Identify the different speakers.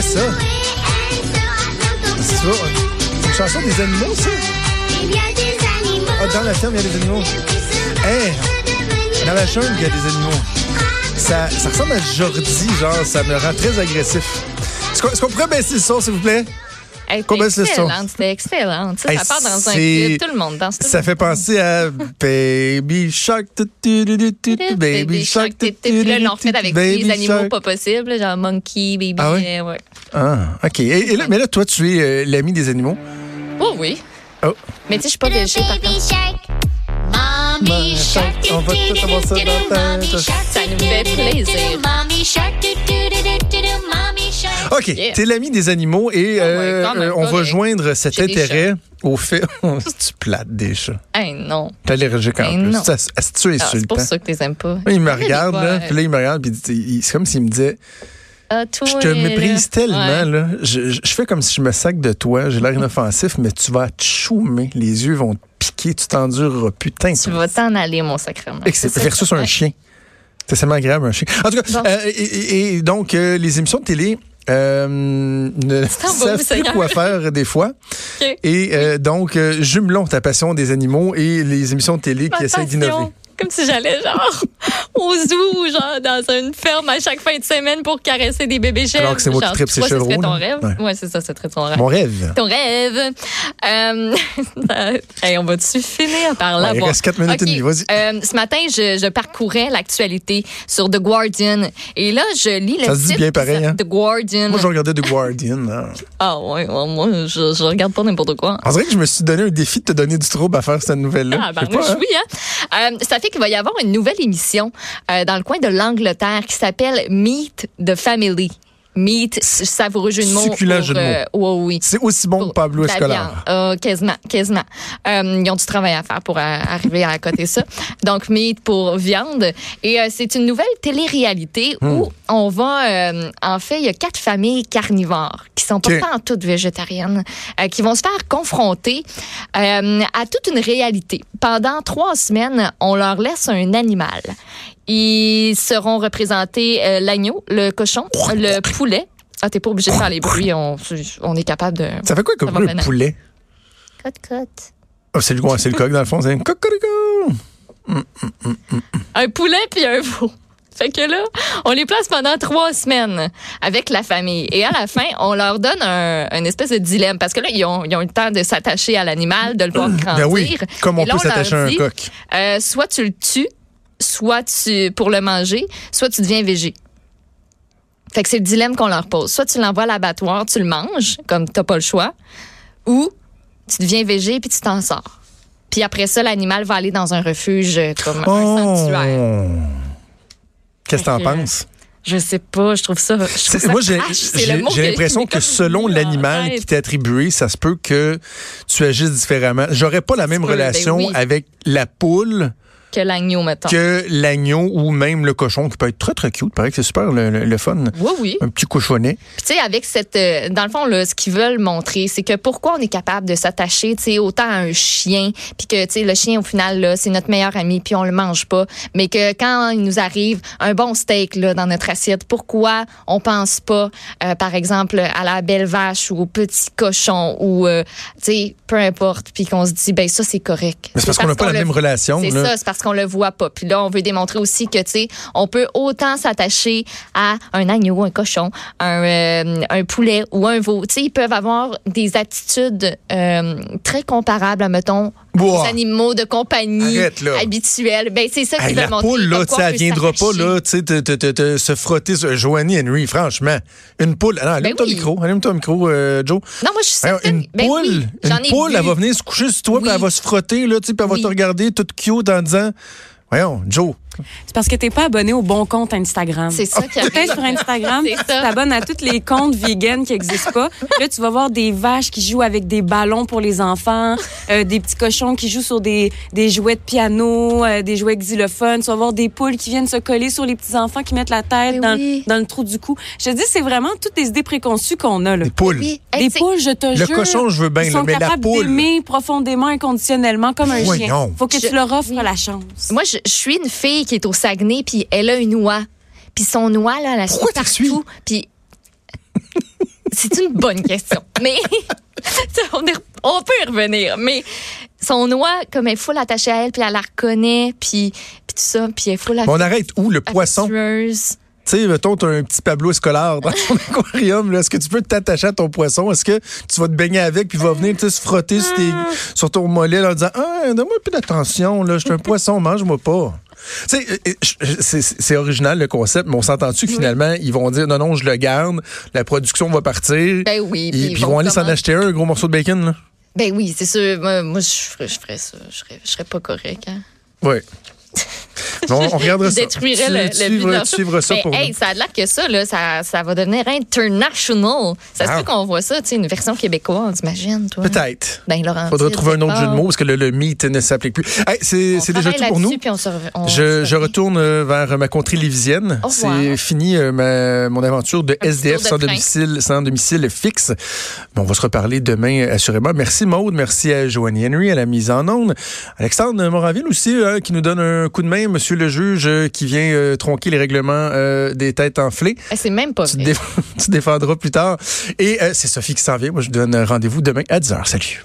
Speaker 1: ça? Qu'est-ce que tu veux? C'est une chanson des animaux, ça? Ah, dans la ferme, il y a des animaux. Hey, dans la jungle, il y a des animaux. Ça, ça ressemble à Jordi, genre, ça me rend très agressif. Est-ce qu'on est-ce qu'on pourrait baisser le son, s'il vous plaît?
Speaker 2: Hey,
Speaker 1: Combien c'est
Speaker 2: c'était
Speaker 1: le son?
Speaker 2: excellente, c'était excellent. Tu sais,
Speaker 1: Hey,
Speaker 2: ça part dans un
Speaker 1: c'est-
Speaker 2: clip, tout le monde danse. tout le
Speaker 1: Ça
Speaker 2: monde.
Speaker 1: fait penser à Baby Shark, tu- tu- tu- tu- tu- tu- Baby
Speaker 2: Baby
Speaker 1: Shark,
Speaker 2: Shark,
Speaker 1: tu-
Speaker 2: t'es-
Speaker 1: tu-
Speaker 2: t'es- puis là,
Speaker 1: tu-
Speaker 2: l'on refait avec
Speaker 1: Baby
Speaker 2: des animaux
Speaker 1: Shark.
Speaker 2: pas possibles, genre monkey, baby,
Speaker 1: Ah oui?
Speaker 2: euh, ouais.
Speaker 1: Ah, ok. Et, et là, mais là, toi, tu es euh, l'ami des animaux.
Speaker 2: Oh oui.
Speaker 1: Oh.
Speaker 2: Mais tu sais, je suis pas végé, par contre.
Speaker 1: Mommy Shark, on va tout avoir ça dans ta tête.
Speaker 2: Ça nous fait plaisir.
Speaker 1: Ok,
Speaker 2: Yeah. Oh
Speaker 1: t'es l'ami des animaux et euh,
Speaker 2: quand même,
Speaker 1: euh, on va
Speaker 2: correct.
Speaker 1: joindre cet
Speaker 2: J'ai des
Speaker 1: intérêt au fait. tu plates des chats.
Speaker 2: Hey, non.
Speaker 1: T'es allergique en
Speaker 2: Mais
Speaker 1: plus.
Speaker 2: non.
Speaker 1: Ça, ça, ça, tu es
Speaker 2: Ah, c'est
Speaker 1: insultant.
Speaker 2: pour ça que tu les aimes pas.
Speaker 1: Il me
Speaker 2: Fais des
Speaker 1: regarde,
Speaker 2: fois,
Speaker 1: là,
Speaker 2: euh,
Speaker 1: puis là, il me regarde, puis il dit- il- c'est comme s'il me disait
Speaker 2: Ah, toi,
Speaker 1: Je te
Speaker 2: là.
Speaker 1: méprise tellement,
Speaker 2: Ouais.
Speaker 1: là. Je, je- je fais comme si je me sac de toi, j'ai l'air inoffensif, mais tu vas te choumer, les yeux vont te piquer, tu t'endureras putain.
Speaker 2: Tu vas t'en aller, mon sacrement. C'est ça.
Speaker 1: versus un
Speaker 2: Ouais.
Speaker 1: chien. C'est tellement agréable, un chien. En tout cas,
Speaker 2: Bon.
Speaker 1: euh, et, et- et donc, euh, les émissions de télé euh, ne
Speaker 2: t'en vas où,
Speaker 1: savent plus
Speaker 2: Seigneur?
Speaker 1: quoi faire euh, des fois.
Speaker 2: Ok.
Speaker 1: Et euh, donc, euh, jumelons ta passion des animaux et les émissions de télé qui essaient
Speaker 2: Attention,
Speaker 1: d'innover.
Speaker 2: Comme si j'allais genre au zoo, genre dans une ferme à chaque fin de semaine pour caresser des bébés chèvres.
Speaker 1: Alors que c'est moi qui
Speaker 2: Genre,
Speaker 1: tripe ces
Speaker 2: toi, ce serait
Speaker 1: chevreaux,
Speaker 2: ton
Speaker 1: là.
Speaker 2: rêve.
Speaker 1: Ouais.
Speaker 2: Ouais, c'est ça, c'est très ton rêve.
Speaker 1: Mon rêve.
Speaker 2: Ton rêve. Euh, hey, on va-tu finir par là?
Speaker 1: Ouais, il reste quatre minutes et
Speaker 2: OK.
Speaker 1: demie, vas-y.
Speaker 2: Euh, ce matin, je, je parcourais l'actualité sur The Guardian. Et là, je lis le
Speaker 1: Ça se dit
Speaker 2: titre
Speaker 1: bien pareil, hein?
Speaker 2: The Guardian.
Speaker 1: Moi, je regardais The Guardian. hein.
Speaker 2: Ah ouais, ouais, moi, je, je regarde pas n'importe quoi.
Speaker 1: On dirait que je me suis donné un défi de te donner du trouble à faire cette nouvelle-là.
Speaker 2: Ah,
Speaker 1: Ah, Je sais
Speaker 2: ben,
Speaker 1: pas, hein.
Speaker 2: oui, hein. Euh, ça fait qu'il va y avoir une nouvelle émission euh, dans le coin de l'Angleterre qui s'appelle Meet the Family. Meet, savoureux jeu de mots.
Speaker 1: Succulent
Speaker 2: pour,
Speaker 1: jeu de mots.
Speaker 2: euh, ouais, oui.
Speaker 1: C'est aussi bon que Pablo
Speaker 2: La viande.
Speaker 1: Escolar.
Speaker 2: Ah, quasiment, quasiment. Euh, ils ont du travail à faire pour euh, arriver à côté ça. Donc, meat pour viande. Et euh, c'est une nouvelle télé-réalité
Speaker 1: Hmm.
Speaker 2: où on va, euh, en fait, il y a quatre familles carnivores qui sont pas
Speaker 1: Ok.
Speaker 2: en toutes végétariennes, euh, qui vont se faire confronter euh, à toute une réalité. Pendant trois semaines, on leur laisse un animal. Ils seront représentés euh, l'agneau, le cochon, le poulet. Ah, t'es pas obligé de faire les bruits, on, on est capable de...
Speaker 1: Ça fait quoi
Speaker 2: Ça
Speaker 1: comme
Speaker 2: va
Speaker 1: le
Speaker 2: bien.
Speaker 1: poulet? Oh, c'est le, c'est le coq, dans le fond. C'est un cocorico.
Speaker 2: un poulet puis un veau. Fait que là, on les place pendant trois semaines avec la famille. Et à la fin, on leur donne un, une espèce de dilemme. Parce que là, ils ont, ils ont eu le temps de s'attacher à l'animal, de le voir grandir.
Speaker 1: Ben oui, comme on
Speaker 2: Et là,
Speaker 1: peut
Speaker 2: leur
Speaker 1: s'attacher à un
Speaker 2: dit,
Speaker 1: coq.
Speaker 2: euh, soit tu le tues, soit tu pour le manger, soit tu deviens végé. Fait que c'est le dilemme qu'on leur pose. Soit tu l'envoies à l'abattoir, tu le manges, comme t'as pas le choix, ou tu deviens végé puis tu t'en sors. Puis après ça, l'animal va aller dans un refuge euh, comme
Speaker 1: Oh!
Speaker 2: un sanctuaire.
Speaker 1: Qu'est-ce que t'en
Speaker 2: Fait que-
Speaker 1: penses?
Speaker 2: Je sais pas, je trouve ça. je trouve
Speaker 1: C'est-
Speaker 2: ça
Speaker 1: Moi, j'ai
Speaker 2: trash, c'est
Speaker 1: j'ai-
Speaker 2: le mot
Speaker 1: j'ai l'impression que
Speaker 2: comme
Speaker 1: selon
Speaker 2: mis en
Speaker 1: l'animal
Speaker 2: tête.
Speaker 1: qui t'est attribué, ça se peut que tu agisses différemment. J'aurais pas la même
Speaker 2: peut, ben
Speaker 1: relation
Speaker 2: oui.
Speaker 1: avec la poule
Speaker 2: Que l'agneau, mettons.
Speaker 1: que l'agneau ou même le cochon qui peut être très très cute. Pareil que c'est super le, le- le fun.
Speaker 2: Oui, oui.
Speaker 1: Un petit cochonnet.
Speaker 2: Puis, tu sais, avec cette. euh, dans le fond, là, ce qu'ils veulent montrer, c'est que pourquoi on est capable de s'attacher, tu sais, autant à un chien, puis que, tu sais, le chien, au final, là, c'est notre meilleur ami, puis on le mange pas. Mais que quand il nous arrive un bon steak, là, dans notre assiette, pourquoi on pense pas, euh, par exemple, à la belle vache ou au petit cochon ou, euh, tu sais, peu importe, puis qu'on se dit, ben ça, c'est correct.
Speaker 1: Mais c'est parce qu'on n'a pas la
Speaker 2: le
Speaker 1: même relation.
Speaker 2: C'est
Speaker 1: là.
Speaker 2: ça, c'est parce qu'on le voit pas. Puis là, on veut démontrer aussi que, tu sais, on peut autant s'attacher à un agneau, un cochon, un, euh, un poulet ou un veau. Tu sais, ils peuvent avoir des attitudes euh, très comparables, à, mettons, aux
Speaker 1: Ouah.
Speaker 2: animaux de compagnie
Speaker 1: Arrête, là.
Speaker 2: habituels. Ben, c'est ça qu'ils
Speaker 1: Hey,
Speaker 2: veulent
Speaker 1: la
Speaker 2: montrer.
Speaker 1: poule, là,
Speaker 2: comme
Speaker 1: tu
Speaker 2: quoi
Speaker 1: sais,
Speaker 2: on
Speaker 1: elle
Speaker 2: peut
Speaker 1: viendra pas,
Speaker 2: s'attacher.
Speaker 1: là, tu sais, te, te- te- te- se frotter. sur- Joanie Henry, franchement. Une poule. Ah Non, allume ton
Speaker 2: Ben oui.
Speaker 1: micro. Allume ton micro, euh, Joe.
Speaker 2: Non, moi, je suis
Speaker 1: Alors,
Speaker 2: certaine-
Speaker 1: une
Speaker 2: ben
Speaker 1: poule,
Speaker 2: oui, j'en ai
Speaker 1: une poule,
Speaker 2: vu.
Speaker 1: elle va venir se coucher sur toi, puis
Speaker 2: Oui.
Speaker 1: elle va se frotter, là, tu sais, puis elle va
Speaker 2: Oui.
Speaker 1: te regarder toute cute en disant Voyons, Joe.
Speaker 3: C'est parce que t'es pas abonné au bon compte Instagram.
Speaker 2: C'est ça qui
Speaker 3: Peut-être
Speaker 2: arrive.
Speaker 3: sur Instagram,
Speaker 2: C'est
Speaker 3: tu
Speaker 2: ça.
Speaker 3: t'abonnes à tous les comptes vegan qui existent pas. Là, tu vas voir des vaches qui jouent avec des ballons pour les enfants, euh, des petits cochons qui jouent sur des, des jouets de piano, euh, des jouets de xylophone. Tu vas voir des poules qui viennent se coller sur les petits enfants qui mettent la tête
Speaker 2: Mais
Speaker 3: dans,
Speaker 2: Ben oui.
Speaker 3: dans le trou du cou. Je te dis, c'est vraiment toutes les idées préconçues qu'on a. Là.
Speaker 1: Des poules.
Speaker 2: Oui. Hey,
Speaker 3: Des
Speaker 2: tu sais,
Speaker 3: poules, je te
Speaker 1: Le
Speaker 3: jure.
Speaker 1: cochon, je veux bien,
Speaker 3: ils
Speaker 1: là,
Speaker 3: sont
Speaker 1: mais la
Speaker 3: capables
Speaker 1: poule.
Speaker 3: d'aimer profondément, inconditionnellement, comme un
Speaker 1: Voyons.
Speaker 3: chien. Faut que
Speaker 2: Je-
Speaker 3: tu leur offres
Speaker 2: oui.
Speaker 3: la chance.
Speaker 2: Moi, je, je suis une fille qui est au Saguenay, puis elle a une oie. Puis son oie, là, elle la suit
Speaker 1: Pourquoi tu la suis?
Speaker 2: partout. Puis C'est une bonne question. Mais on, est- on peut y revenir. Mais son noix, comme elle faut l'attacher à elle, puis elle la reconnaît, puis, puis tout ça, puis elle faut la
Speaker 1: Mais on arrête où le poisson? Tu
Speaker 2: affectueuse.
Speaker 1: sais, mettons, t'as un petit Pablo Escolar dans ton aquarium. là. Est-ce que tu peux t'attacher à ton poisson? Est-ce que tu vas te baigner avec puis il va venir tu sais, se frotter sur, tes-
Speaker 2: Ah.
Speaker 1: sur ton mollet là, en disant Ah, donne-moi un peu d'attention, là, je suis un poisson, mange-moi pas. Tu sais, euh, euh, c'est- c'est c'est original le concept, mais on s'entend-tu que finalement, ils vont dire non, non, je le garde, la production va partir.
Speaker 2: Ben oui,
Speaker 1: Et-
Speaker 2: puis
Speaker 1: puis
Speaker 2: ils
Speaker 1: ils
Speaker 2: vont
Speaker 1: vont aller s'en
Speaker 2: comment-
Speaker 1: acheter un, un gros morceau de bacon, là.
Speaker 2: Ben oui, c'est sûr. Moi, moi, je, ferais, je ferais ça. Je serais, je serais pas correct. Hein.
Speaker 1: Oui. on, on regardera
Speaker 2: Je
Speaker 1: ça.
Speaker 2: détruirais
Speaker 1: Tu-
Speaker 2: le, le
Speaker 1: tu
Speaker 2: vide
Speaker 1: suivras-
Speaker 2: de leur
Speaker 1: tu
Speaker 2: show.
Speaker 1: suivras ça
Speaker 2: Mais
Speaker 1: pour
Speaker 2: hey,
Speaker 1: nous.
Speaker 2: ça a l'air que ça, là, ça, ça va devenir international. Ça se
Speaker 1: Wow.
Speaker 2: peut qu'on voit ça, tu sais, une version québécoise, imagine, toi.
Speaker 1: Ah. Peut-être.
Speaker 2: Ben, Laurent.
Speaker 1: Faudra trouver un autre jeu de mots parce que le, le meet ne s'applique plus. Hey, c'est c'est déjà tout pour nous.
Speaker 2: Puis on se rev- on
Speaker 1: Je,
Speaker 2: se
Speaker 1: je
Speaker 2: revient.
Speaker 1: retourne euh, vers ma contrée lévisienne.
Speaker 2: Au revoir.
Speaker 1: C'est fini euh, ma- mon aventure de
Speaker 2: petit
Speaker 1: SDF
Speaker 2: tour de
Speaker 1: sans
Speaker 2: train.
Speaker 1: domicile, sans domicile fixe. Mais on va se reparler demain euh, assurément. Merci Maude, merci à Joannie Henry à la mise en onde. Alexandre Moraville aussi euh, qui nous donne un coup de main, Monsieur le juge euh, qui vient euh, tronquer les règlements euh, des têtes enflées.
Speaker 2: Eh, C'est même pas
Speaker 1: Tu, te
Speaker 2: vrai.
Speaker 1: dé- tu défendras plus tard. Et euh, c'est Sophie qui s'en vient. Moi, je vous donne rendez-vous demain à 10h. Salut.